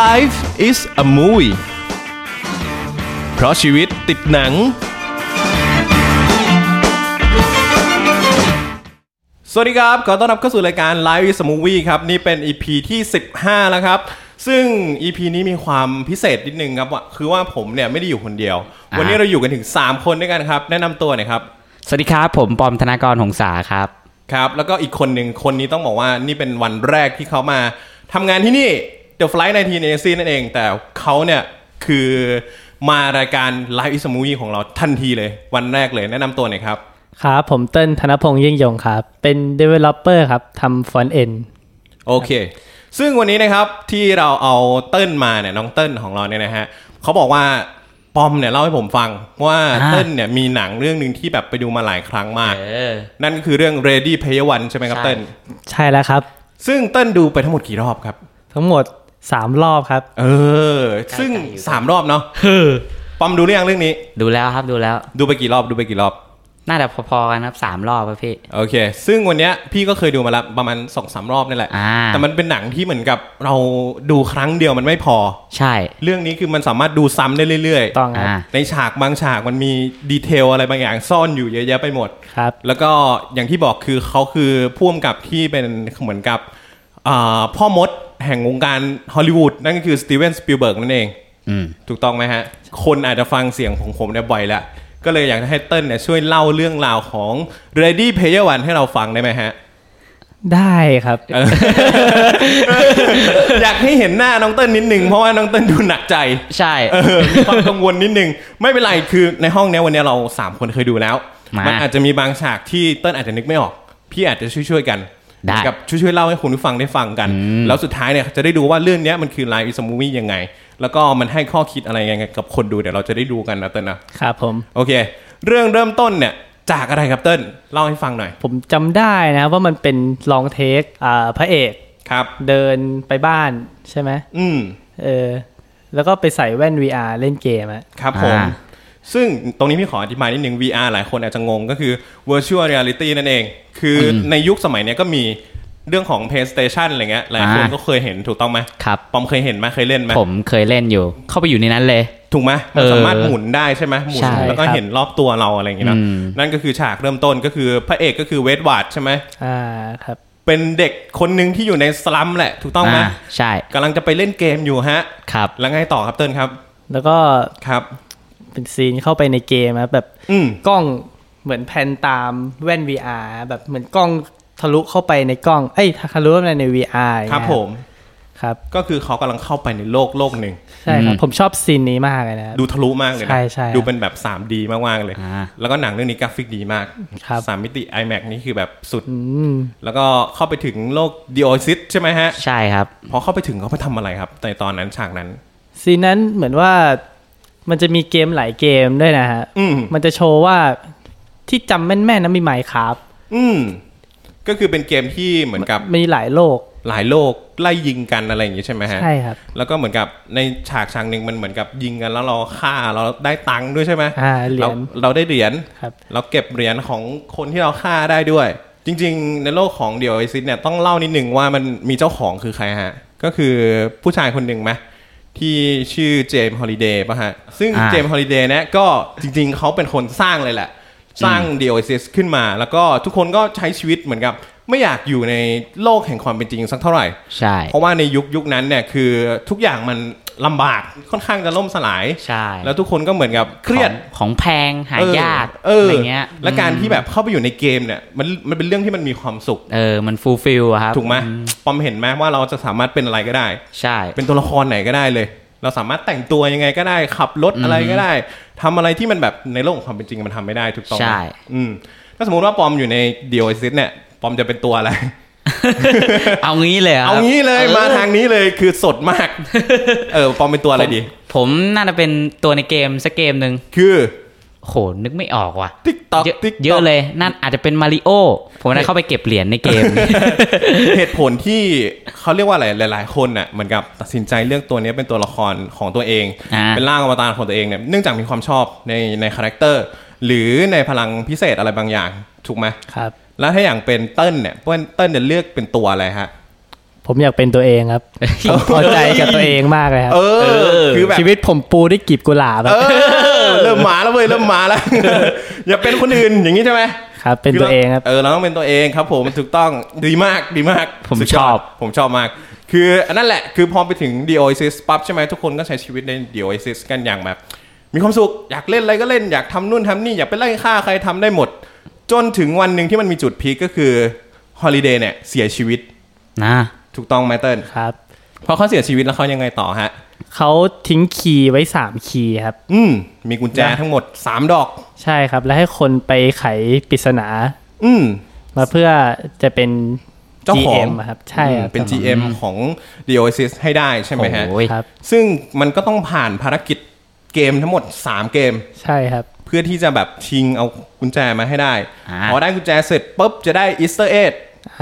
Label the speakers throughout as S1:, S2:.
S1: Life is a movie เพราะชีวิตติดหนัง สวัสดีครับ ขอต้อนรับเข้าสู่รายการ Live is a Movie ครับ นี่เป็น EP ที่ 15 แล้วครับ ซึ่ง EP นี้มีความพิเศษนิดนึงครับว่าคือว่าผมเนี่ยไม่ได้อยู่คนเดียว วันนี้เราอยู่กันถึง 3 คนด้วยกันครับ แนะนำตัวหน่อยครับ
S2: สวัสดีครับ ผมปอมธนากรหงษาครับ
S1: ครับแล้วก็อีกคนหนึ่งคนนี้ต้องบอกว่านี่เป็นวันแรกที่เขามาทำงานที่นี่ The Flight 19 Agency นั่นเอง แต่เขาเนี่ยคือมารายการ Live is a Movie ของเราทันทีเลย วันแรกเลยแนะนำตัวหน่อยครับ
S3: ครับ ผมเต้นธนพงษ์ยิ่งยงครับ เป็น Developer ครับทำฟอนต์เอ็น
S1: โอเค ซึ่งวันนี้นะครับที่เราเอาเติ้ลมาเนี่ยน้องเติ้ลของเราเนี่ยนะฮะเขาบอกว่าปอมเนี่ยเล่าให้ผมฟังว่า
S2: อ่า
S1: เติ้ลเนี่ยมีหนังเรื่องหนึ่งที่แบบไปดูมาหลายครั้งมาก
S2: เออ
S1: นั่นก็คือเรื่อง Ready Player One ใช่ไหมครับ
S2: ใช่
S1: เติ้ล
S3: ใช่แล้วครับ
S1: ซึ่งเติ้ลดูไปทั้งหมดกี่รอบครับ
S3: ทั้งหมด 3 รอบครับ
S1: เออ ซึ่ง
S2: ไกลๆอยู่
S1: สามรอบเนาะปอมดูเรื่อยังเรื่องนี้
S2: ดูแล้วครับดูแล้ว
S1: ดูไปกี่รอบดูไปกี่รอบ
S2: น่าจะพอๆกันครับสามรอบครับพี่
S1: โอเค ซึ่งวันเนี้ยพี่ก็เคยดูมาแล้วประมาณสองสามรอบนี่แหละ
S2: อ่า
S1: แต่มันเป็นหนังที่เหมือนกับเราดูครั้งเดียวมันไม่พอ
S2: ใช่
S1: เรื่องนี้คือมันสามารถดูซ้ำได้เรื่อย
S3: ต้องครับ
S2: อ่า
S1: ๆ ในฉากบางฉากมันมีดีเทลอะไรบางอย่างซ่อนอยู่เยอะแยะไปหมด
S3: ครับ
S1: แล้วก็อย่างที่บอกคือเขาคือพ่วงกับที่เป็นเหมือนกับอ่าพ่อมดแห่งวงการฮอลลีวูดนั่นก็คือสตีเวนสปิลเบิร์กนั่นเอง
S2: อืม
S1: ถูกต้องไหมฮะ คนอาจจะฟังเสียงของผมเนี่ยบ่อยแล้ว ก็เลยอยากให้เติ้ลเนี่ยช่วยเล่าเรื่องราวของ Ready Player One ให้เราฟังได้ไหมฮะ
S3: ได้ครับ
S1: อยากให้เห็นหน้าน้องเติ้ลนิดนึง เพราะว่าน้องเติ้ลดูหนักใจ
S2: ใช่
S1: เออมีความกังวลนิดนึง ไม่เป็นไรคือในห้องเนี้ยวันเนี้ยเราสามคนเคยดูแล้ว
S2: มามั
S1: มันอาจจะมีบางฉากที่เติ้ลอาจจะนึกไม่ออก พี่อาจจะช่วยๆกัน
S2: ได้
S1: กับช่วยๆเล่าให้คุณผู้ฟังได้ฟังกัน แล้วสุดท้ายเนี่ยจะได้ดูว่าเรื่องเนี้ยมันคือไลฟ์สมูวี่ยังไง แล้วก็มันให้ข้อคิดอะไรยังไงกับคนดูเดี๋ยวเราจะได้ดูกันนะเติ้ลนะ
S3: ครับผม
S1: โอเค เรื่องเริ่มต้นเนี่ย จากอะไรครับเติ้ลเล่าให้ฟังหน่อย
S3: ผมจำได้นะว่ามันเป็นลองเทคอ่าพระเอก
S1: ครับ
S3: เดินไปบ้านใช่ไหม
S1: อืม
S3: เออ แล้วก็ไปใส่แว่น VR เล่นเกมอะ
S1: ครับผม
S2: อ่า
S1: ซึ่งตรงนี้พี่ขออธิบายนิดนึง VR หลายคนอาจจะงงก็คือ virtual reality นั่นเอง คืออในยุคสมัยเนี้ยก็มีเรื่องของ PlayStation อะไรเงี้ยหลายคน
S2: อ่า
S1: ก็เคยเห็นถูกต้องไหม
S2: ครับ
S1: ปอมเคยเห็นไหมเคยเล่นไหม
S2: ผมเคยเล่นอยู่ เข้าไปอยู่ในนั้นเลย
S1: ถูกไหมมัน
S2: เออ
S1: สามารถหมุนได้ใช่ไหมหมุน
S2: ใช่
S1: แล้วก็เห็นรอบตัวเราอะไรอย่างเงี้ยเนอะ
S2: อืม
S1: นั่นก็คือฉากเริ่มต้นก็คือพระเอกก็คือเวดวาร์ดใช่ไหม
S3: อ่าครับ
S1: เป็นเด็กคนหนึ่งที่อยู่ในสลัมแหละถูกต้องไหม
S2: อ่าใช่
S1: กำลังจะไปเล่นเกมอยู่ฮะ
S2: ครับ
S1: แล้วไงต่อครับเติ้ลครับ
S3: แล้วก็
S1: ครับ
S3: เป็นซีนเข้าไปในเกมอะแบบ
S1: อืม
S3: กล้องเหมือนแผ่นตามแว่น VR แบบเหมือนกล้องทะลุเข้าไปในกล้อง เอ้ยทะลุเข้าไปใน VR อย่าง
S1: ค
S3: เงี้ย
S1: รับผม
S3: ครับ
S1: ก็คือเขากำลังเข้าไปในโลกโลกหนึ่ง
S3: ใช่ครับ
S2: อืม
S3: ผมชอบซีนนี้มากเลยนะครับ
S1: ดูทะลุมากเลยนะ
S3: ใช่ใช่
S1: ดูเป็นแบบ 3D มากๆเลย
S2: อ่า
S1: แล้วก็หนังเรื่องนี้กราฟิกดีมาก
S3: ครับ
S1: สามมิติ iMac นี่คือแบบสุด
S3: อืม
S1: แล้วก็เข้าไปถึงโลก d i o s i s ใช่ไหมฮะ
S2: ใช่ครับ
S1: พอเข้าไปถึงเขาไปทำอะไรครับ ในตอนนั้นฉากนั้น
S3: ซีนนั้นเหมือนว่ามันจะมีเกมหลายเกมด้วยนะฮะ
S1: อืม
S3: มันจะโชว์ว่าที่จำแม่นๆนั้นมีไมค์ครับ
S1: อืมก็คือเป็นเกมที่เหมือนกับ
S3: มีหลายโลก
S1: หลายโลกไล่ยิงกันอะไรอย่างงี้ใช่ไหมฮะ
S3: ใช่ครับ
S1: แล้วก็เหมือนกับในฉากฉากหนึ่งมันเหมือนกับยิงกันแล้วเราฆ่าเราได้ตังค์ด้วยใช่ไหม
S3: อ่าเหรียญ
S1: าเราได้เหรียญ
S3: ครับ
S1: เราเก็บเหรียญของคนที่เราฆ่าได้ด้วย จริงๆ ในโลกของเดียวไอซิสเนี่ยต้องเล่านิดหนึ่งว่ามันมีเจ้าของคือใครฮะ ก็คือผู้ชายคนหนึ่งไหมที่ชื่อเจมส์ฮอลิเดย์ป่ะฮะ ซึ่ง
S2: อ่า
S1: เจมส์ฮอลิเดย์เนี่ยก็จริงๆ เขาเป็นคนสร้างเลยแหละ สร้างเดียวไอซิสขึ้นมา แล้วก็ทุกคนก็ใช้ชีวิตเหมือนกับ ไม่อยากอยู่ในโลกแห่งความเป็นจริงสักเท่าไหร่
S2: ใช่
S1: เพราะว่าในยุคยุคนั้นเนี่ยคือทุกอย่างมันลำบากค่อนข้างจะล่มสลาย
S2: ใช่
S1: แล้วทุกคนก็เหมือนกับเครียด
S2: ของของแพงหายาก
S1: เออ
S2: อะไร
S1: อ
S2: เงี้ย
S1: และการที่
S2: อืม
S1: แบบเข้าไปอยู่ในเกมเนี่ยมันมันเป็นเรื่องที่มันมีความสุข
S2: เออมันฟูลฟิลครับ
S1: ถูกไหม
S2: อื
S1: ปอมเห็นไหมว่าเราจะสามารถเป็นอะไรก็ได้
S2: ใช่
S1: เป็นตัวละครไหนก็ได้เลย เราสามารถแต่งตัวยังไงก็ได้ ขับรถอะไรก็ได้ทำอะไรที่มันแบบในโลกของความเป็นจริงมันทำไม่ได้ถูกต้องไหม
S2: ใช่
S1: อืมถ้าสมมติว่าปอมอยู่ในเดีย s ซิสเนี่ยปอมจะเป็นตัวอะไร
S2: เอางี้เลยครับ
S1: เอางี้เลยมาทางนี้เลยคือสดมาก เออปอมเป็นตัวอะไรดี
S2: ผมน่าจะเป็นตัวในเกมสักเกมหนึ่ง
S1: คือ
S2: โหนึกไม่ออกว่ะ
S1: ติ๊กต๊อก
S2: เยอะ
S1: ติ๊ก
S2: เยอะเลยนั่นอาจจะเป็นมาริโอผมได้เข้าไปเก็บเหรียญในเกม
S1: เหตุผลที่เขาเรียกว่าอะไรหลาย ๆ คนน่ะเหมือนกับตัดสินใจเลือกตัวเนี้ยเป็นตัวละครของตัวเอง
S2: อ่า
S1: เป็นร่างอวตารของตัวเองเนี่ยเนื่องจากมีความชอบในในคาแรคเตอร์หรือในพลังพิเศษอะไรบางอย่าง ถูกไหม
S3: ครับ
S1: แล้วถ้าอย่างเป็นเติ้ลเนี่ยเติ้ลเติ้ลจะเลือกเป็นตัวอะไรฮะ
S3: ผมอยากเป็นตัวเองครับ พอใจกับตัวเองมากเลยครับ
S1: เออ คือแบบ
S3: ชีวิตผมปูด้วยกลีบกุหลา
S1: เอ
S3: บครับ
S1: อ เริ่มหมาแล้วเว้ย เริ่มหมาแล้ว อย่าเป็นคนอื่นอย่างนี้ใช่ไหม
S3: ครับ เป็นตัวเองครับ
S1: เออ เราต้องเป็นตัวเองครับ ผมถูกต้องดีมากดีมาก
S2: ผม
S1: สุดยด
S2: ชอบ
S1: ผมชอบมาก คืออันนั่นแหละ คือพอไปถึง The Oasis ปั๊บใช่ไหมทุกคนก็ใช้ชีวิตใน The Oasis กันอย่างแบบ มีความสุข อยากเล่นอะไรก็เล่น อยากทำนู่นทำนี่ อยากไปไล่ฆ่าใครทำได้หมด จนถึงวันหนึ่งที่มันมีจุดพีคก็คือฮอลิเดย์เนี่ยเสียชีวิต
S2: นะ
S1: ถูกต้องไหมเติ้ล
S3: ครับ
S1: พอเขาเสียชีวิตแล้วเขายังไงต่อฮะ
S3: เขาทิ้งคีย์ไว้ 3 คีย์ครับ
S1: อืม มีกุญแจทั้งหมดสามดอก
S3: ใช่ครับ และให้คนไปไขปริศนา
S1: อืม
S3: มาเพื่อจะเป็น
S1: เจ้าของ
S3: GM อะครับ ใช่ครับ
S1: เป็น GM ของ The Oasis ให้ได้ใช่ไหมฮะ
S2: โอ้ย
S3: ครับ
S1: ซึ่งมันก็ต้องผ่านภารกิจเกมทั้งหมด 3 เกม
S3: ใช่ครับ
S1: เพื่อที่จะแบบชิงเอากุญแจมาให้ได้
S2: อ่า
S1: พอได้กุญแจเสร็จปุ๊บจะได้อีสเตอร์เอ็ด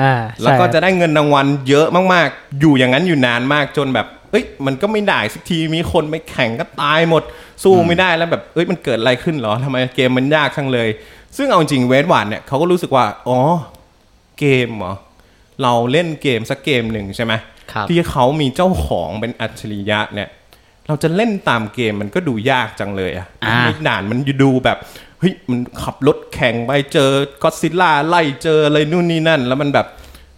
S3: อ่า
S1: แล้ว
S3: ใช่
S1: ก็
S3: ค
S1: จะ
S3: รับ
S1: ได้เงินรางวัลเยอะมากๆ อยู่อย่างนั้นอยู่นานมากจนแบบ เอ้ย มันก็ไม่ได้สักทีมีคนไปแข่งก็ตายหมด สู้ไม่ได้แล้วแบบ เอ้ยมันเกิดอะไรขึ้นเหรอทำไมเกมมันยากจังเลย ซึ่งเอาจริงเวสวานเนี่ยเขาก็รู้สึกว่าอ๋อ เกมเหรอเราเล่นเกมสักเกมหนึ่งใช่ไหม
S2: ครับ
S1: ที่เขามีเจ้าของเป็นอัจฉริยะเนี่ย เราจะเล่นตามเกมมันก็ดูยากจังเลยอะ
S2: อ่า
S1: ไม่ด่านมันดูแบบเฮ้ยมันขับรถแข่งไปเจอก็อดซิลล่าไล่เจออะไรนู่นนี่นั่น แล้วมันแบบ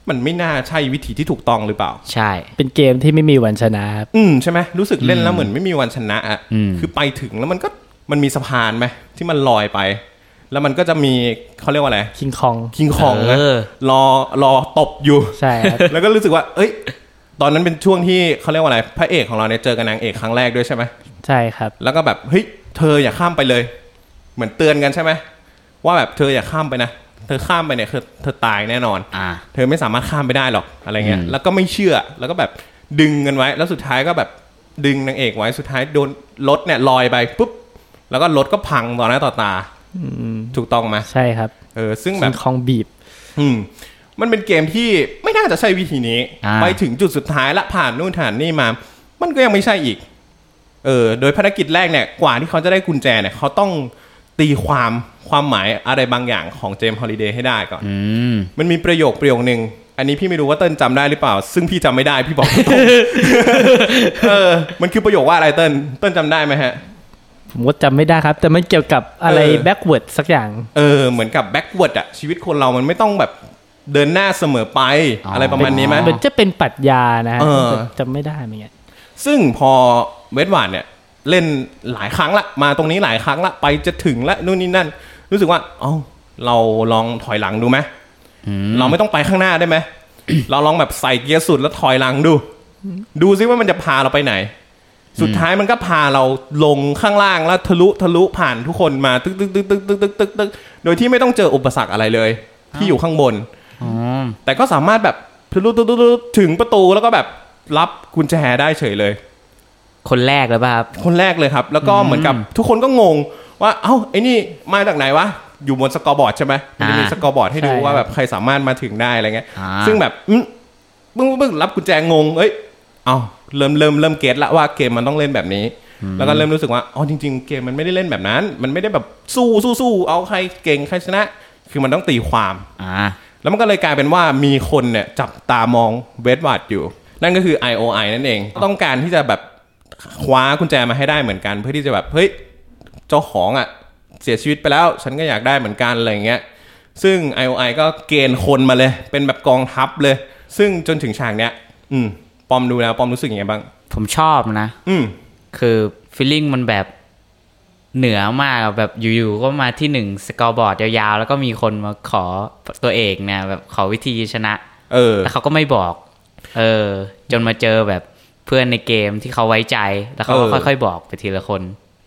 S1: มันไม่น่าใช่วิธีที่ถูกต้องหรือเปล่า
S2: ใช่
S3: เป็นเกมที่ไม่มีวันชนะครับ
S1: อืมใช่ไหมรู้สึกเล่นแล้วเหมือนไม่มีวันชนะอะ
S2: อืม
S1: คือไปถึงแล้วมันก็มันมีสะพานไหมที่มันลอยไป แล้วมันก็จะมีเขาเรียกว่าอะไร
S3: คิงคอง
S1: คิงคองนะ
S2: เออ
S1: รอรอตบอยู่
S3: ใช่ครับ
S1: แล้วก็รู้สึกว่า เอ้ย ตอนนั้นเป็นช่วงที่เขาเรียกว่าอะไร พระเอกของเราเนี่ยเจอกับนางเอกครั้งแรกด้วยใช่ไหม
S3: ใช่ครับ
S1: แล้วก็แบบ เฮ้ย เธออย่าข้ามไปเลย เหมือนเตือนกันใช่ไหม ว่าแบบเธออย่าข้ามไปนะ เธอข้ามไปเนี่ยเธอเธอตายแน่นอน
S2: อ่า
S1: เธอไม่สามารถข้ามไปได้หรอกอะไรเงี้ย
S2: อืม
S1: แล้วก็ไม่เชื่อ แล้วก็แบบดึงกันไว้ แล้วสุดท้ายก็แบบดึงนางเอกไว้ สุดท้ายโดนรถเนี่ยลอยไปปุ๊บ แล้วก็รถก็พังต่อหน้าต่อตา ถูกต้องไหม
S3: ใช่ครับ
S1: เออ ซึ่งแบ
S3: คิ
S1: บ
S3: งคองบีบ
S1: อืมมันเป็นเกมที่ไม่น่าจะใช่วิธีนี้
S2: อ่า
S1: ไปถึงจุดสุดท้ายละผ่านนู่นผ่านนี่มา มันก็ยังไม่ใช่อีก เออ โดยภารกิจแรกเนี่ย กว่าที่เขาจะได้กุญแจเนี่ย เขาต้องตีความความหมายอะไรบางอย่างของเจมส์ฮอลิเดย์ให้ได้ก่อน
S2: อืม
S1: มันมีประโยคประโยคนึง อันนี้พี่ไม่รู้ว่าเติ้ลจำได้หรือเปล่า ซึ่งพี่จำไม่ได้พี่บอกตรงๆ เออ มันคือประโยคว่าอะไรเติ้ลเติ้ลจำได้ไหมฮะ
S3: ผมก็จำไม่ได้ครับ แต่มันเกี่ยวกับอะไร
S1: เออ
S3: แบ็กเวิร์ดสักอย่าง
S1: เออเหมือนกับแบ็กเวิร์ดอะชีวิตคนเรามันไม่ต้องแบบเดินหน้าเสมอไป
S2: อ๋ออ
S1: อะไรประมาณนี้ไหม
S3: เหมือนจะเป็นปรัชญานะ
S1: เออ
S3: จำไม่ได้เหมือนกัน
S1: ซึ่งพอเวสหวานเนี่ย เล่นหลายครั้งละมาตรงนี้หลายครั้งละไปจะถึงละนู่นนี่นั่น รู้สึกว่า เอ้าเราลองถอยหลังดูไหมเราไม่ต้องไปข้างหน้า ได้ไหม เราลองแบบใส่เกียร์สุดแล้วถอยหลังดู ดูซิว่ามันจะพาเราไปไหน สุดท้ายมันก็พาเราลงข้างล่างแล้วทะลุทะลุผ่านทุกคนมาตึกตึกตึกตึกตึกตึกตึกตึกโดยที่ไม่ต้องเจออุปสรรคอะไรเลย ที่อยู่ข้างบน
S2: อ๋อ
S1: แต่ก็สามารถแบบทะลุทะลุทะลุถึงประตูแล้วก็แบบรับกุญแจได้เฉยเลย
S2: คนแรกเลยป่ะครับ
S1: คนแรกเลยครับ แล้วก็เหมือนกับทุกคนก็งงว่า เอ้าไอ้นี่มาจากไหนวะ อยู่บนสกอร์บอร์ดใช่ไหมมันจะมี
S2: อ่า
S1: สกอร์บอร์ดให้ดูว่าแบบใครสามารถมาถึงได้อะไรเงี้ย
S2: อ่า
S1: ซึ่งแบบอืมปึ้งปึ้งปึ้งรับกุญแจงง เอ้ย เอาเริ่มเริ่มเริ่มเก็ตละว่าเกมมันต้องเล่นแบบนี้ แล้วก็เริ่มรู้สึกว่า อ๋อจริง ๆ เกมมันไม่ได้เล่นแบบนั้น มันไม่ได้แบบสู้สู้สู้เอาใครเก่งใครชนะ คือมันต้องตีความ
S2: อ่า
S1: แล้วมันก็เลยกลายเป็นว่ามีคนเนี่ยจับตามองเวสวาร์ดอยู่ นั่นก็คือ IOI นั่นเอง ต้องการที่จะแบบคว้ากุญแจมาให้ได้เหมือนกัน เพื่อที่จะแบบ เฮ้ย เจ้าของอะ่ะ เสียชีวิตไปแล้ว ฉันก็อยากได้เหมือนกันอะไรอย่างเงี้ยซึ่ง IOI ก็เกณฑ์คนมาเลย เป็นแบบกองทัพเลย ซึ่งจนถึงฉากเนี้ย อืม ปอมดูแล้วปอมรู้สึกยังไงบ้าง
S2: ผมชอบนะ
S1: อืม
S2: คือฟีลลิ่งมันแบบเหนือมากอะแบบอยู่ๆก็มาที่หนึ่งสกอร์บอร์ดยาวๆ แล้วก็มีคนมาขอตัวเอกเนี่ยแบบขอวิธีชนะ
S1: เออ
S2: แล้วเขาก็ไม่บอก เออ จนมาเจอแบบเพื่อนในเกมที่เขาไว้ใจ แล้วเขาก็
S1: เออ
S2: ค่อยๆบอกไปทีละคน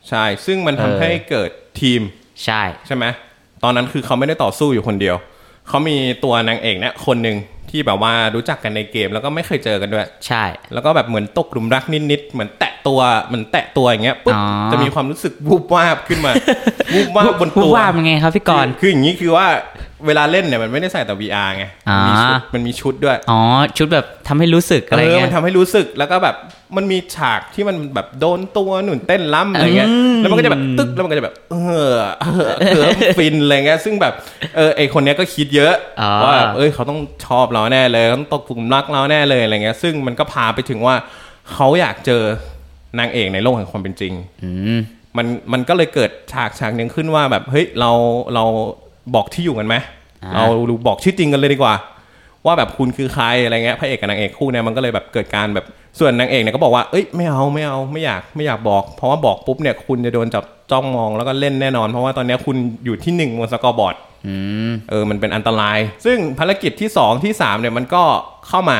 S1: ใช่ ซึ่งมันทำให้เกิดทีม
S2: ใช่
S1: ใช่ไหมตอนนั้นคือเขาไม่ได้ต่อสู้อยู่คนเดียว เขามีตัวนางเอกเนี่ยคนหนึ่งที่แบบว่ารู้จักกันในเกมแล้วก็ไม่เคยเจอกันด้วย
S2: ใช่
S1: แล้วก็แบบเหมือนตกหลุมรักนิดๆ เหมือนแตะ ตัวเหมือนแตะตัวอย่างเงี้ยปุ๊บ
S2: อ๋อ
S1: จะมีความรู้สึกวูบวาบขึ้ นมา วูบวาบบน
S2: พูด
S1: ตัว
S2: ว่ามันไงครับพี่กรณ์
S1: คือคืออย่างนี้คือว่าเวลาเล่นเนี่ยมันไม่ได้ใส่แต่ VR ไงมันมีชุด
S2: อ่า
S1: มันมีชุดด้วย
S2: อ๋อ ชุดแบบทำให้รู้สึกอะไร
S1: เออ
S2: เงี้
S1: มั
S2: ย
S1: นทำให้รู้สึกแล้วก็แบบมันมีฉากที่มันแบบโดนตัวหนุนเต้นล้ำอะไรเงี้ย
S2: อืม
S1: แล้วมันก็จะแบบตึ๊กแล้วมันก็จะแบบ เออเออเคิร์ฟฟินอะไรเงี้ยซึ่งแบบเออไอคนเนี้ยก็คิดเยอะว่าแบบเอ้ยเขาต้องชอบเราแน่เลยเขาต้องตกกลุ่มรักเราแน่เลยอะไรเงี้ยซึ่งมันก็พาไปถึงว่าเขาอยากเจอนางเอกในโลกแห่งความเป็นจริง
S2: อืม
S1: มันมันก็เลยเกิดฉากฉากหนึ่งขึ้นว่าแบบเฮ้ยเราเราบอกที่อยู่กันไหม
S2: อ่า
S1: เราบอกชื่อจริงกันเลยดีกว่า ว่าแบบคุณคือใครอะไรเงี้ยพระเอกกับนางเอกคู่เนี่ยมันก็เลยแบบเกิดการแบบส่วนนางเอกเนี่ยก็บอกว่าเอ้ยไม่เอาไม่เอาไม่อยากไม่อยากบอก เพราะว่าบอกปุ๊บเนี่ยคุณจะโดนจับจ้องมองแล้วก็เล่นแน่นอน เพราะว่าตอนเนี้ยคุณอยู่ที่หนึ่งบนสกอร์บอร์ด
S2: อืม
S1: เออ มันเป็นอันตราย ซึ่งภารกิจที่ 2 ที่ 3 เนี่ย มันก็เข้ามา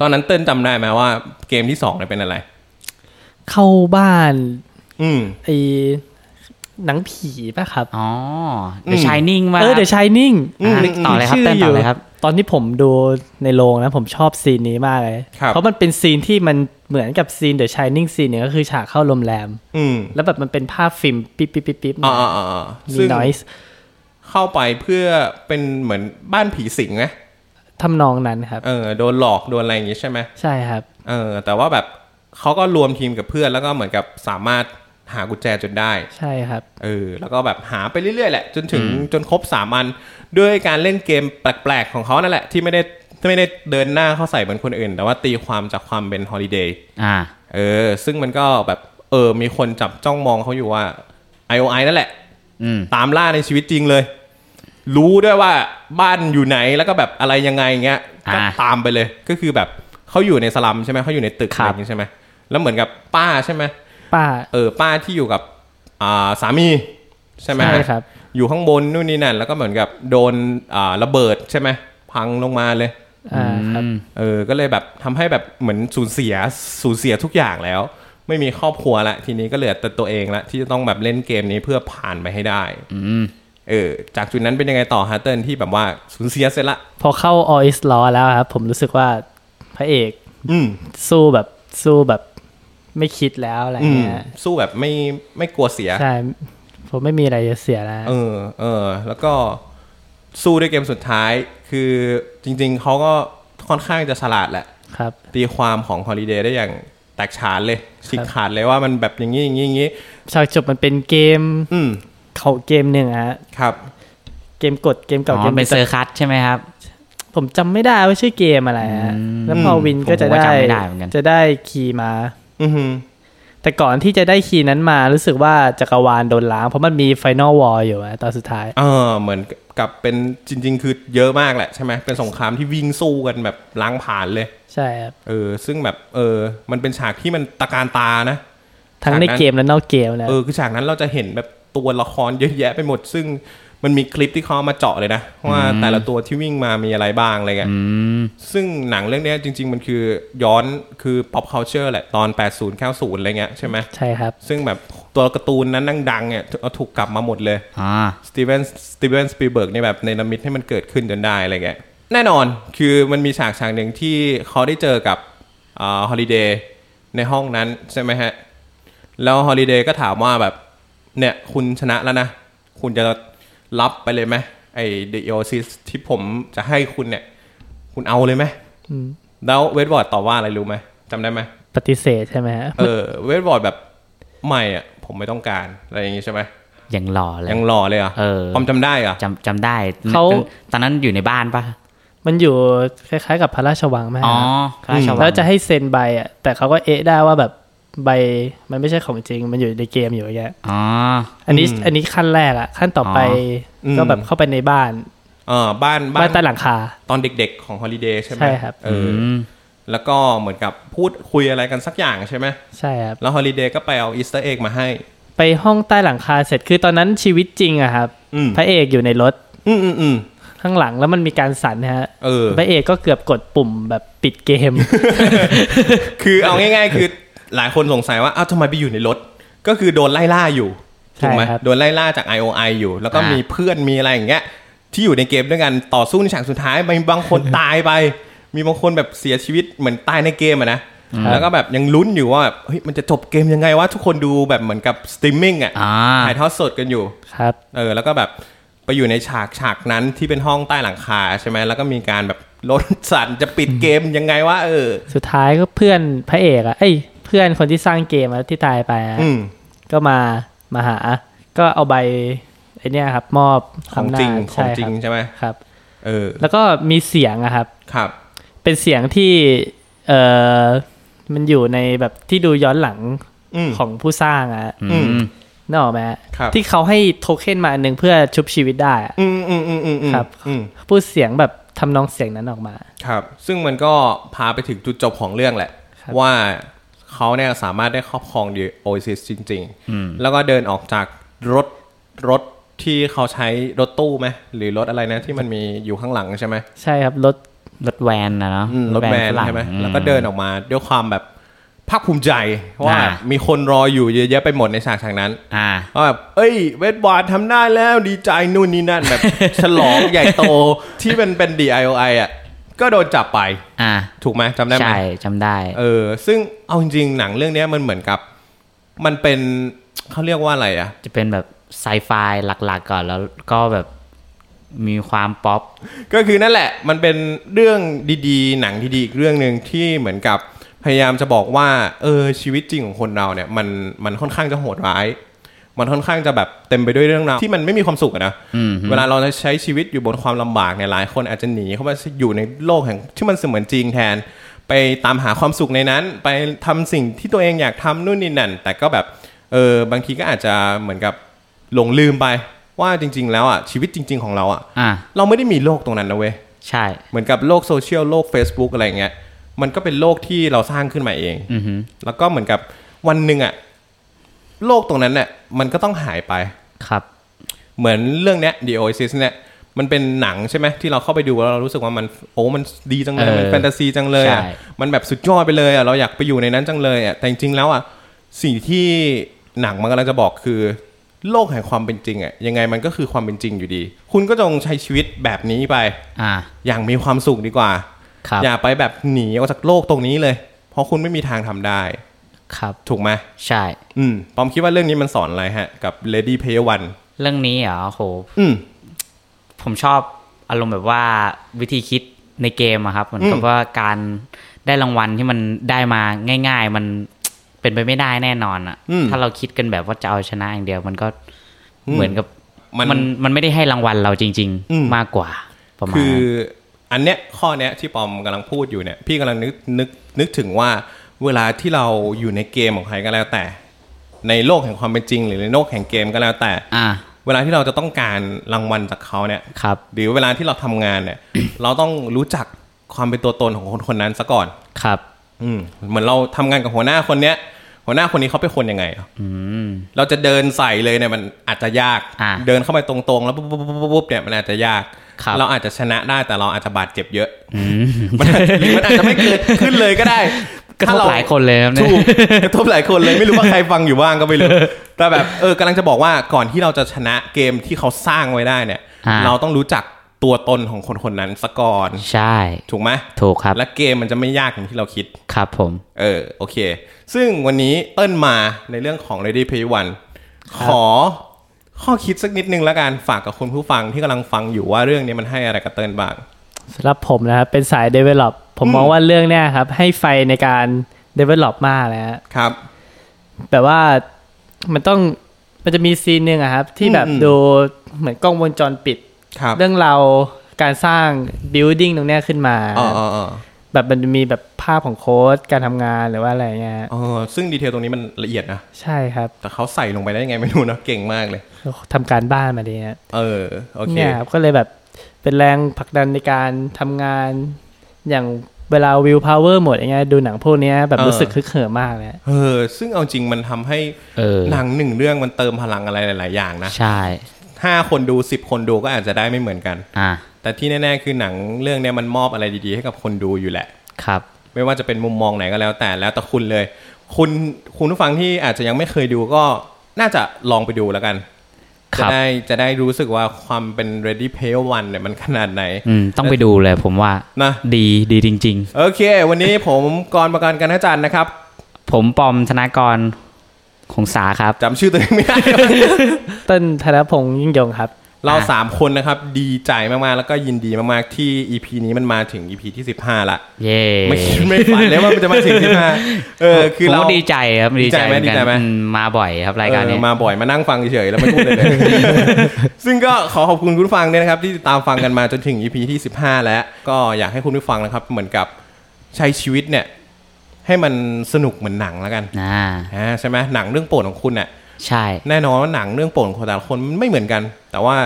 S1: ตอนนั้นเติ้ลจำได้ไหมว่าเกมที่2เนี่ยเป็นอะไร
S3: เข้าบ้าน
S1: อืม
S3: ไอหนังผีป่ะครับ
S2: อ๋อ
S1: อื
S2: The
S1: ม
S2: Shining มา
S3: เออเดี๋ยวชายนิ่ง
S1: อืม
S2: ต่อเลยครับ
S3: ชื่
S2: เต้นต่อเลยครับ
S3: ตอนที่ผมดูในโรงนะผมชอบซีนนี้มากเลย
S1: ครับ
S3: เพราะมันเป็นซีนที่มันเหมือนกับซีนเดอะชายนิ่งซีนเนี่ยก็คือฉากเข้าโรงแรม
S1: อืม
S3: แล้วแบบมันเป็นภาพฟิล์มปิ๊บปิ๊บปิ๊บปิ๊บ
S1: อ่าอ่าอ่าอ่า
S3: มี
S1: ซึ่ง
S3: นอยส์
S1: เข้าไปเพื่อเป็นเหมือนบ้านผีสิงไหม
S3: ทำนองนั้นครับ
S1: เออ โดนหลอก โดนอะไรอย่างงี้ใช่ไหม
S3: ใช่ครับ
S1: เออ แต่ว่าแบบเขาก็รวมทีมกับเพื่อน แล้วก็เหมือนกับสามารถหากุญแจจนได้
S3: ใช่ครับ
S1: เออ แล้วก็แบบหาไปเรื่อยๆแหละ จนถึงจนครบสามอัน ด้วยการเล่นเกมแปลกๆ ของเขานั่นแหละ ที่ไม่ได้ที่ไม่ได้เดินหน้าเข้าใส่เหมือนคนอื่น แต่ว่าตีความจากความเป็นฮอลิเดย์
S2: อ่า
S1: เออ ซึ่งมันก็แบบ เออ มีคนจับจ้องมองเขาอยู่ว่า IOI นั่นแหละ
S2: อืม
S1: ตามล่าในชีวิตจริงเลย รู้ด้วยว่าบ้านอยู่ไหนแล้วก็แบบอะไรยังไงเงี้ยก็
S2: อ่า
S1: ตามไปเลย ก็คือแบบเขาอยู่ในสลัมใช่ไหมเขาอยู่ในตึก
S2: ค
S1: อะ
S2: รับ
S1: ไรอย่างงี้ใช่ไหมแล้วเหมือนกับป้าใช่ไหม
S3: ป้า
S1: เออป้าที่อยู่กับอ่าสามีใช่ไหม
S3: ใช่ครับ
S1: อยู่ข้างบนนู่นนี่นั่นแล้วก็เหมือนกับโดนอ่าระเบิดใช่ไหมพังลงมาเลย
S3: อ่าครับ
S1: เออก็เลยแบบทำให้แบบเหมือนสูญเสียสูญเสียทุกอย่างแล้ว ไม่มีครอบครัวละทีนี้ก็เหลือแต่ตัวเองละที่จะต้องแบบเล่นเกมนี้เพื่อผ่านไปให้ได้เออจากจุดนั้นเป็นยังไงต่อฮะเติ้ลที่แบบว่าสูญเสียเสร็จละ
S3: พอเข้าออ s ลอแล้วครับ ผมรู้สึกว่าพระเอก
S1: อืม
S3: สู้แบบสู้แบบไม่คิดแล้วอะไร
S1: อืม
S3: เงี้ย
S1: สู้แบบไม่ไม่กลัวเสีย
S3: ใช่ ผมไม่มีอะไรจะเสียแล้ว
S1: เออ เออ แล้วก็สู้ด้วยเกมสุดท้าย คือจริง ๆ เขาก็ค่อนข้างจะฉลาดแหละ
S3: ครับ
S1: ตีความของฮอลิเดย์ได้อย่างแตกฉานเลยฉีกขาดเลยว่ามันแบบอย่างนี้อย่างนี้อย่างนี้
S3: ฉากจบมันเป็นเกม
S1: อืม
S3: เขาเกมหนึ่งอะฮะ
S1: ครับ
S3: เกมกดเกม
S2: อ๋
S3: เก่าเก
S2: อ
S3: ม
S2: เป็นเซอร์คัตใช่ไหมครับ
S3: ผมจำไม่ได้ว่าชื่อเกมอะไรฮะ แล้วพอวินก็จะ
S2: ผมก็
S3: ได้
S2: จำไม่ได้เหมือนกัน
S3: จะได้คีย์มา
S1: อือหือ
S3: แต่ก่อนที่จะได้คีย์นั้นมารู้สึกว่าจักรวาลโดนล้าง เพราะมันมีไฟนอลวอลอยู่อะตอนสุดท้าย
S1: เออ เหมือนกับเป็นจริง ๆ คือเยอะมากแหละใช่ไหมเป็นสงครามที่วิ่งสู้กันแบบล้างผ่านเลย
S3: ใช่ครับ
S1: เออ ซึ่งแบบเออ มันเป็นฉากที่มันตะการตานะ
S3: ทั้งใน
S1: ฉากนั้น
S3: เกมและนอกเกมนะ
S1: เออคือฉากนั้นเราจะเห็นแบบตัวละครเยอะแยะไปหมด ซึ่งมันมีคลิปที่เขาเอามาเจาะเลยนะว่าแต่ละตัวที่วิ่งมามีอะไรบ้างอะไรเงี้ย
S2: อืม
S1: ซึ่งหนังเรื่องเนี้ยจริง ๆ มันคือย้อนคือ pop culture แหละตอน 80 90 อะไรเงี้ยใช่ไหม
S3: ใช่ครับ
S1: ซึ่งแบบตัวการ์ตูนนั้นนั่งดังเนี่ยเอาถูกกลับมาหมดเลย
S2: อ่า
S1: สตีเวนสตีเวนสปีเบิร์กเนี่ยแบบในนามิตให้มันเกิดขึ้นจนได้อะไรเงี้ยแน่นอนคือมันมีฉากฉากหนึ่งที่เขาได้เจอกับฮอลิเดย์ในห้องนั้นใช่ไหมฮะ แล้วฮอลิเดย์ก็ถามว่าแบบ เนี่ยคุณชนะแล้วนะ คุณจะรับไปเลยไหมไอเดโอซิสที่ผมจะให้คุณเนี่ย คุณเอาเลยไหมแล้วเวดบอร์ดตอบว่าอะไรรู้ไหมจำได้ไหม
S3: ปฏิเสธใช่ไหมฮะ
S1: เออเวดบอร์ดแบบไม่อะผมไม่ต้องการอะไรอย่างงี้ใช่ไหม
S2: ยังหล่อเลย
S1: ยังหล่อเลยเหรอ่ะ
S2: เออ
S1: ความจำได้เหรอ่ะ
S2: จำจำได้
S3: เขา
S2: ตอนนั้นอยู่ในบ้านปะ
S3: มันอยู่คล้ายๆกับพระราชวังไหมฮะ
S2: อ๋อพระราชวัง
S3: แล้วจะให้เซ็นใบอะแต่เขาก็เอะได้ว่าแบบใบมันไม่ใช่ของจริง มันอยู่ในเกมอยู่อย่างเงี้ย
S2: อ๋อ
S3: อันนี้
S1: อืม
S3: อันนี้ขั้นแรกอะขั้นต่อไป
S1: อ๋อ
S3: ก็แบบเข้าไปในบ้าน
S1: เออบ้าน
S3: บ้า
S1: บ้าน
S3: นใต้หลังคา
S1: ตอนเด็กๆของฮอลิเดย์ใช่ไหม
S3: ใช่ครับ
S1: เอออ
S2: ม
S1: แล้วก็เหมือนกับพูดคุยอะไรกันสักอย่างใช่ไหม
S3: ใช่ครับ
S1: แล้วฮอลิเดย์ก็ไปเอาอีสเตอร์เอ็กมาให้
S3: ไปห้องใต้หลังคาเสร็จคือตอนนั้นชีวิตจริงอะครับ
S1: อืม
S3: พระเอกอยู่ในรถ
S1: อืมอืมอืม
S3: ข้างหลังแล้วมันมีการสั่นฮะ
S1: เออ
S3: พระเอกก็เกือบกดปุ่มแบบปิดเกม
S1: คือเอาง่ายๆ คือหลายคนสงสัยว่าอ้าวทำไมไปอยู่ในรถ ก็คือโดนไล่ล่าอยู่ถูกไหม
S3: ใช่ครับ
S1: โดนไล่ล่าจาก IOI อยู่ แล้วก็
S2: อ่า
S1: มี
S2: มี
S1: เพื่อนมีอะไรอย่างเงี้ยที่อยู่ในเกมด้วยกัน ต่อสู้ในฉากสุดท้ายมีบางคนตายไป มีบางคนแบบเสียชีวิตเหมือนตายในเกมอะนะ แล้วก็แบบยังลุ้นอยู่ว่าแบบเฮ้ยมันจะจบเกมยังไงวะทุกคนดูแบบเหมือนกับสตรีมมิ่งอ่ะ
S2: อ่า
S1: ถ่ายทอดสดกันอยู่
S3: ครับ
S1: เออแล้วก็แบบไปอยู่ในฉากฉากนั้นที่เป็นห้องใต้หลังคาใช่ไหมแล้วก็มีการแบบรถสั่นจะปิดเกมยังไงวะเออ
S3: สุดท้ายก็เพื่อนพระเอกอะเอ้ยเพื่อนคนที่สร้างเกมอะที่ตายไปอะ
S1: อืม
S3: ก็มามาหา ก็เอาใบไอเนี้ยครับ มอบ
S1: ของ
S3: อำนาจ
S1: จริงขอ
S3: ใช่
S1: ง
S3: คบ
S1: จริงใช่ไหม
S3: ครับ
S1: เออ
S3: แล้วก็มีเสียงอะครับ
S1: ครับ
S3: เป็นเสียงที่เออมันอยู่ในแบบที่ดูย้อนหลัง
S1: อืม
S3: ของผู้สร้างอะ
S1: อื
S2: อื
S1: ม
S2: ม
S3: นึกออกไหมฮะ
S1: ครับ
S3: ที่เขาให้โทเค็นมาอันหนึ่งเพื่อชุบชีวิตได้อะ
S1: อืมอืมอืมอืมอืม
S3: ครับ
S1: อืม
S3: พูดเสียงแบบทำนองเสียงนั้นออกมา
S1: ครับ ซึ่งมันก็พาไปถึงจุดจบของเรื่องแหละ
S3: ครับ
S1: ว่าเขาเนี่ยสามารถได้ครอบครองดีโอซิสจริง ๆ แล้วก็เดินออกจากรถรถที่เขาใช้รถตู้ไหมหรือรถอะไรนะที่มันมีอยู่ข้างหลังใช่ไหม
S3: ใช่ครับรถ
S2: รถแวนนะเนาะ
S1: อืมรถแมน
S2: ฝรั่ง
S1: ใช่ไหม
S2: อื
S1: แล้วก็เดินออกมาด้วยความแบบภาคภูมิใจว่า
S2: อ่า
S1: มีคนรออยู่เยอะแยะไปหมดในฉากฉากนั้น
S2: อ่า
S1: ว่าแบบเอ้ย เวทบอร์ดทำได้แล้วดีใจนู่นนี่นั่น แบบ ฉลองใหญ่โตที่เป็นเป็น DIOI อ่ะก็โดนจับไป
S2: อ่า
S1: ถูกไหมจำได้ไหม
S2: ใช่จำได้
S1: เออ ซึ่งเอาจริงๆหนังเรื่องเนี้ยมันเหมือนกับ มันเป็นเขาเรียกว่าอะไรอ่ะ
S2: จะเป็นแบบไซไฟหลักๆก่อนแล้วก็แบบมีความป๊อป
S1: ก็คือนั่นแหละมันเป็นเรื่องดีๆ หนังดีๆอีกเรื่องหนึ่งที่เหมือนกับพยายามจะบอกว่าเออชีวิตจริงของคนเราเนี่ยมันมันค่อนข้างจะโหดร้าย มันค่อนข้างจะแบบเต็มไปด้วยเรื่องราวที่มันไม่มีความสุขอะนะเวลาเราใช้ชีวิตอยู่บนความลำบากเนี่ยหลายคนอาจจะหนีเข้ามาอยู่ในโลกแห่งที่มันเสมือนจริงแทน ไปตามหาความสุขในนั้น ไปทำสิ่งที่ตัวเองอยากทำนู่นนี่นั่น แต่ก็แบบเออบางทีก็อาจจะเหมือนกับหลงลืมไปว่าจริง ๆ แล้วอ่ะชีวิตจริง ๆ ของเราอ่ะ
S2: อ่า
S1: เราไม่ได้มีโลกตรงนั้นนะเว้ย
S2: ใช่
S1: เหมือนกับโลกโซเชียลโลก Facebook อะไรเงี้ย มันก็เป็นโลกที่เราสร้างขึ้นมาเอง
S2: อือหือ
S1: แล้วก็เหมือนกับวันหนึ่งอะโลกตรงนั้นเนี่ยมันก็ต้องหายไป
S2: ครับ
S1: เหมือนเรื่องเนี้ย The Oasis เนี่ยมันเป็นหนังใช่ไหมที่เราเข้าไปดูแล้วเรารู้สึกว่ามันโอ้มันดีจังเลย
S2: เออ
S1: มันแฟนตาซีจังเลยอะ
S2: ใช่
S1: มันแบบสุดยอดไปเลยอะเราอยากไปอยู่ในนั้นจังเลยอะแต่จริงๆแล้วอะสิ่งที่หนังมันกำลังจะบอกคือ โลกแห่งความเป็นจริงอะยังไงมันก็คือความเป็นจริงอยู่ดี คุณก็จงใช้ชีวิตแบบนี้ไป
S2: อ่า
S1: อย่างมีความสุขดีกว่า
S2: ครับ
S1: อย่าไปแบบหนีออกจากโลกตรงนี้เลย เพราะคุณไม่มีทางทำได้
S2: ครับ
S1: ถูกไหม
S2: ใช่
S1: อืมปอมคิดว่าเรื่องนี้มันสอนอะไรฮะ กับ Lady Player One
S2: เรื่องนี้เหรอโห
S1: อืม
S2: ผมชอบอารมณ์แบบว่าวิธีคิดในเกมอะครับ เหมือนกับ
S1: อืม
S2: ว่าการได้รางวัลที่มันได้มาง่าย ๆ มันเป็นไปไม่ได้แน่นอนอะถ้าเราคิดกันแบบว่าจะเอาชนะอย่างเดียว มันก็เหมือนกับ
S1: มัน
S2: มันมันไม่ได้ให้รางวัลเราจริง
S1: อืม
S2: ๆ มากกว่า ประมาณ
S1: คือ
S2: นั้น
S1: อันเนี้ยข้อเนี้ยที่ปอมกำลังพูดอยู่เนี่ย พี่กำลังนึกนึกนึกถึงว่าเวลาที่เราอยู่ในเกมของใครก็แล้วแต่ ในโลกแห่งความเป็นจริง หรือในโลกแห่งเกมก็แล้วแต่
S2: อ่า
S1: เวลาที่เราจะต้องการรางวัลจากเขาเนี่ย
S2: ครับ
S1: หรือเวลาที่เราทำงานเนี่ย เราต้องรู้จักความเป็นตัวตนของคนคนนั้นซะก่อน
S2: ครับ
S1: อืมเหมือนเราทำงานกับหัวหน้าคนเนี้ย หัวหน้าคนนี้เขาเป็นคนยังไงเหรอ
S2: อืม
S1: เราจะเดินใส่เลยเนี่ยมันอาจจะยาก
S2: อ่า
S1: เดินเข้าไปตรงๆ แล้วปุ๊บปุ๊บปุ๊บปุ๊บเนี่ยมันอาจจะยาก
S2: ครับ
S1: เราอาจจะชนะได้แต่เราอาจจะบาดเจ็บเยอะมันอาจจะมันอาจจะไม่เกิดขึ้นเลยก็ได้
S2: กระท
S1: ถ้
S2: บ
S1: เ
S2: หลายคนเลยครับเนี่ย
S1: ถูกกระทบหลายคนเลยไม่รู้ว่าใครฟังอยู่บ้างก็ ไม่รู้ แต่แบบเออกำลังจะบอกว่าก่อนที่เราจะชนะเกมที่เขาสร้างไว้ได้เนี่ย
S2: อ่า
S1: เราต้องรู้จักตัวตนของคนคนนั้นซะก่อน
S2: ใช่
S1: ถูกไหม
S2: ถูกครับ
S1: และเกมมันจะไม่ยากอย่างที่เราคิด
S2: ครับผม
S1: เออโอเค ซึ่งวันนี้เติ้ลมาในเรื่องของ Ready Player One ขอข้อคิดสักนิดนึงแล้วกันฝากกับคุณผู้ฟังที่กำลังฟังอยู่ว่าเรื่องนี้มันให้อะไรกับเติ้ลบ้าง
S3: สำหรับผมนะครับ เป็นสาย develop ผมมอง
S1: อืม
S3: ว่าเรื่องเนี้ยครับ ให้ไฟในการ develop มากนะฮะ
S1: ครับ
S3: แบบว่ามันต้องมันจะมีซีนหนึ่งอะครับ ที่แบบ
S1: อืม
S3: ดูเหมือนกล้องวงจรปิด
S1: ครับ
S3: เรื่องเราวการสร้าง building ตรงเนี้ยขึ้นมา
S1: อ๋ออ๋ออ๋อ
S3: แบบมันจะมีแบบภาพของโค้ดการทำงานหรือว่าอะไรเงี้ยฮะ
S1: เออซึ่งดีเทลตรงนี้มันละเอียดนะ
S3: ใช่ครับ
S1: แต่เขาใส่ลงไปได้ยังไงไม่รู้นะเก่งมากเลย
S3: ทำการบ้านมาดีฮะ
S1: เออ โอเค
S3: เนี่ยครับก็เลยแบบเป็นแรงผลักดันในการทำงาน อย่างเวลาวิวพาวเวอร์หมดอย่างเงี้ยดูหนังพวกเนี้ยแบบ
S1: เออ
S3: รู้สึกคึกเหิมมากเลยฮะ
S1: เออ ซึ่งเอาจริงมันทำให้
S2: เออ
S1: หนังหนึ่งเรื่องมันเติมพลังอะไรหลาย ๆ อย่างนะ
S2: ใช่
S1: ห้าคนดูสิบคนดูก็อาจจะได้ไม่เหมือนกัน
S2: อ่า
S1: แต่ที่แน่ ๆ คือหนังเรื่องเนี้ยมันมอบอะไรดีๆ ให้กับคนดูอยู่แหละ
S2: ครับ
S1: ไม่ว่าจะเป็นมุมมองไหนก็แล้วแต่แล้วแต่คุณเลย คุณคุณผู้ฟังที่อาจจะยังไม่เคยดูก็น่าจะลองไปดูแล้วกัน
S2: ค
S1: จะ
S2: รับ
S1: ได้จะได้รู้สึกว่าความเป็น Ready Player One เนี่ยมันขนาดไหน
S2: อืมต้องไปดูเลยผมว่า
S1: นะ
S2: ดีดีจริง
S1: โอเค วันนี้ผมกรณ์ประกันกันอาจารย์นะครับ
S2: ๆ ผมปอมธนากรของสาครับ
S1: จำชื่อตัวเองไม่ได้
S3: เต้นธนพงษ์ยิ่งยงครับ
S1: เราสามคนนะครับ ดีใจมากๆ แล้วก็ยินดีมากๆ ที่ EP นี้มันมาถึง EP ที่ 15 ละ
S2: เย่
S1: ไม่คิดไม่ฝันเลยว่ามันจะมาถึง 15 เออ คือ
S2: ผม
S1: เรา
S2: ก็ดีใจครับดี
S1: ดี
S2: ใจ
S1: ใจไหม
S2: เอนกัน
S1: ดีใจไหม
S2: อืมาบ่อยครับรายการเนี้ย
S1: เออมาบ่อยมานั่งฟังเฉยๆแล้วไม่พูด เลยเลย ซึ่งก็ขอขอบคุณคุณผู้ฟังด้วยนะครับ ที่ติดตามฟังกันมาจนถึง EP ที่ 15 แล้ว ก็อยากให้คุณผู้ฟังนะครับ เหมือนกับใช้ชีวิตเนี่ย ให้มันสนุกเหมือนหนังแล้วกัน
S2: อ่า
S1: อ่าใช่ไหมหนังเรื่องโปรดของคุณเนี่ย
S2: ใช่
S1: แน่นอนว่าหนังเรื่องโปรดของแต่ละคนมันไม่เหมือนกัน แต่ว่า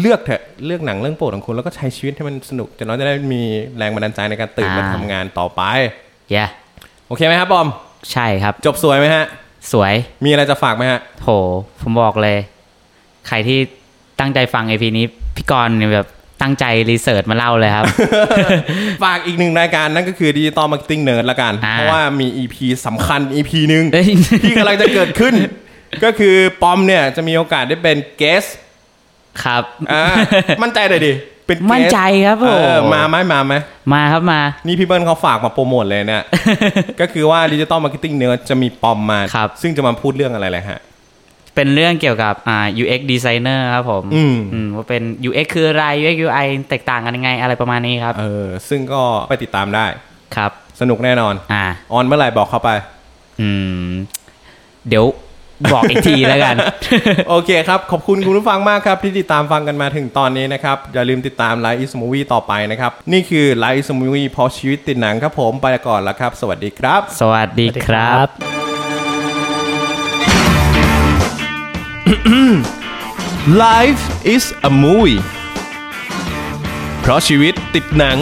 S1: เลือกเถอะเลือกหนังเรื่องโปรดของคุณแล้วก็ใช้ชีวิตให้มันสนุกจนเราจะได้มีแรงบันดาลใจในการตื่นมาทำงานต่อไป
S2: เย่
S1: โอเคไหมครับบอม
S2: ใช่ครับ
S1: จบสวยไหมฮะ
S2: สวย
S1: มีอะไรจะฝากไหมฮะ
S2: โห ผมบอกเลย ใครที่ตั้งใจฟัง EP นี้ พี่กรณ์เนี่ยแบบตั้งใจรีเสิร์ชมาเล่าเลยครับ
S1: ฝากอีกหนึ่งรายการนั่นก็คือดิจิตอลมาร์เก็ตติ้งเนิร์ดละกัน
S2: อ่า
S1: เพราะว่ามี EP สำคัญ EP หนึ่ง
S2: เอ้ย
S1: ที่กำลังจะเกิด ขึ้น ก็คือปอมเนี่ยจะมีโอกาสได้เป็นเกส
S2: ครับ
S1: อ่ามั่นใจเลยดิ เป็นเกส
S2: มั่นใจครับผม
S1: เออมาไหมมาไหม
S2: มาครับมา
S1: นี่พี่เบิ้ลเขาฝากมาโปรโมทเลย เนี่ย ก็คือว่าดิจิตอลมาร์เก็ตติ้งเนื้อจะมีปอมมา
S2: ครับ
S1: ซึ่งจะมาพูดเรื่องอะไรเลยฮะ
S2: เป็นเรื่องเกี่ยวกับอ่า UX designer ครับผม
S1: อืม
S2: ว่าเป็น UX คืออะไร UX UI แตกต่างกันยังไงอะไรประมาณนี้ครับ
S1: เออ ซึ่งก็ไปติดตามได้
S2: ครับ
S1: สนุกแน่นอน
S2: อ่า
S1: ออนเมื่อไหร่บอกเข้าไป
S2: อืม เดี๋ยวบอกอีกทีแล้ว กัน
S1: โอเคครับ ขอบคุณคุณผู้ฟังมากครับ ที่ติดตามฟังกันมาถึงตอนนี้นะครับ อย่าลืมติดตาม Live is Movie ต่อไปนะครับ นี่คือ Live is Movie เพราะชีวิตติดหนังครับผมไปก่อนแล้วครับ สวัสดีครับ
S2: สวัสดีครับ
S1: Life is a movie เพราะชีวิตติดหนัง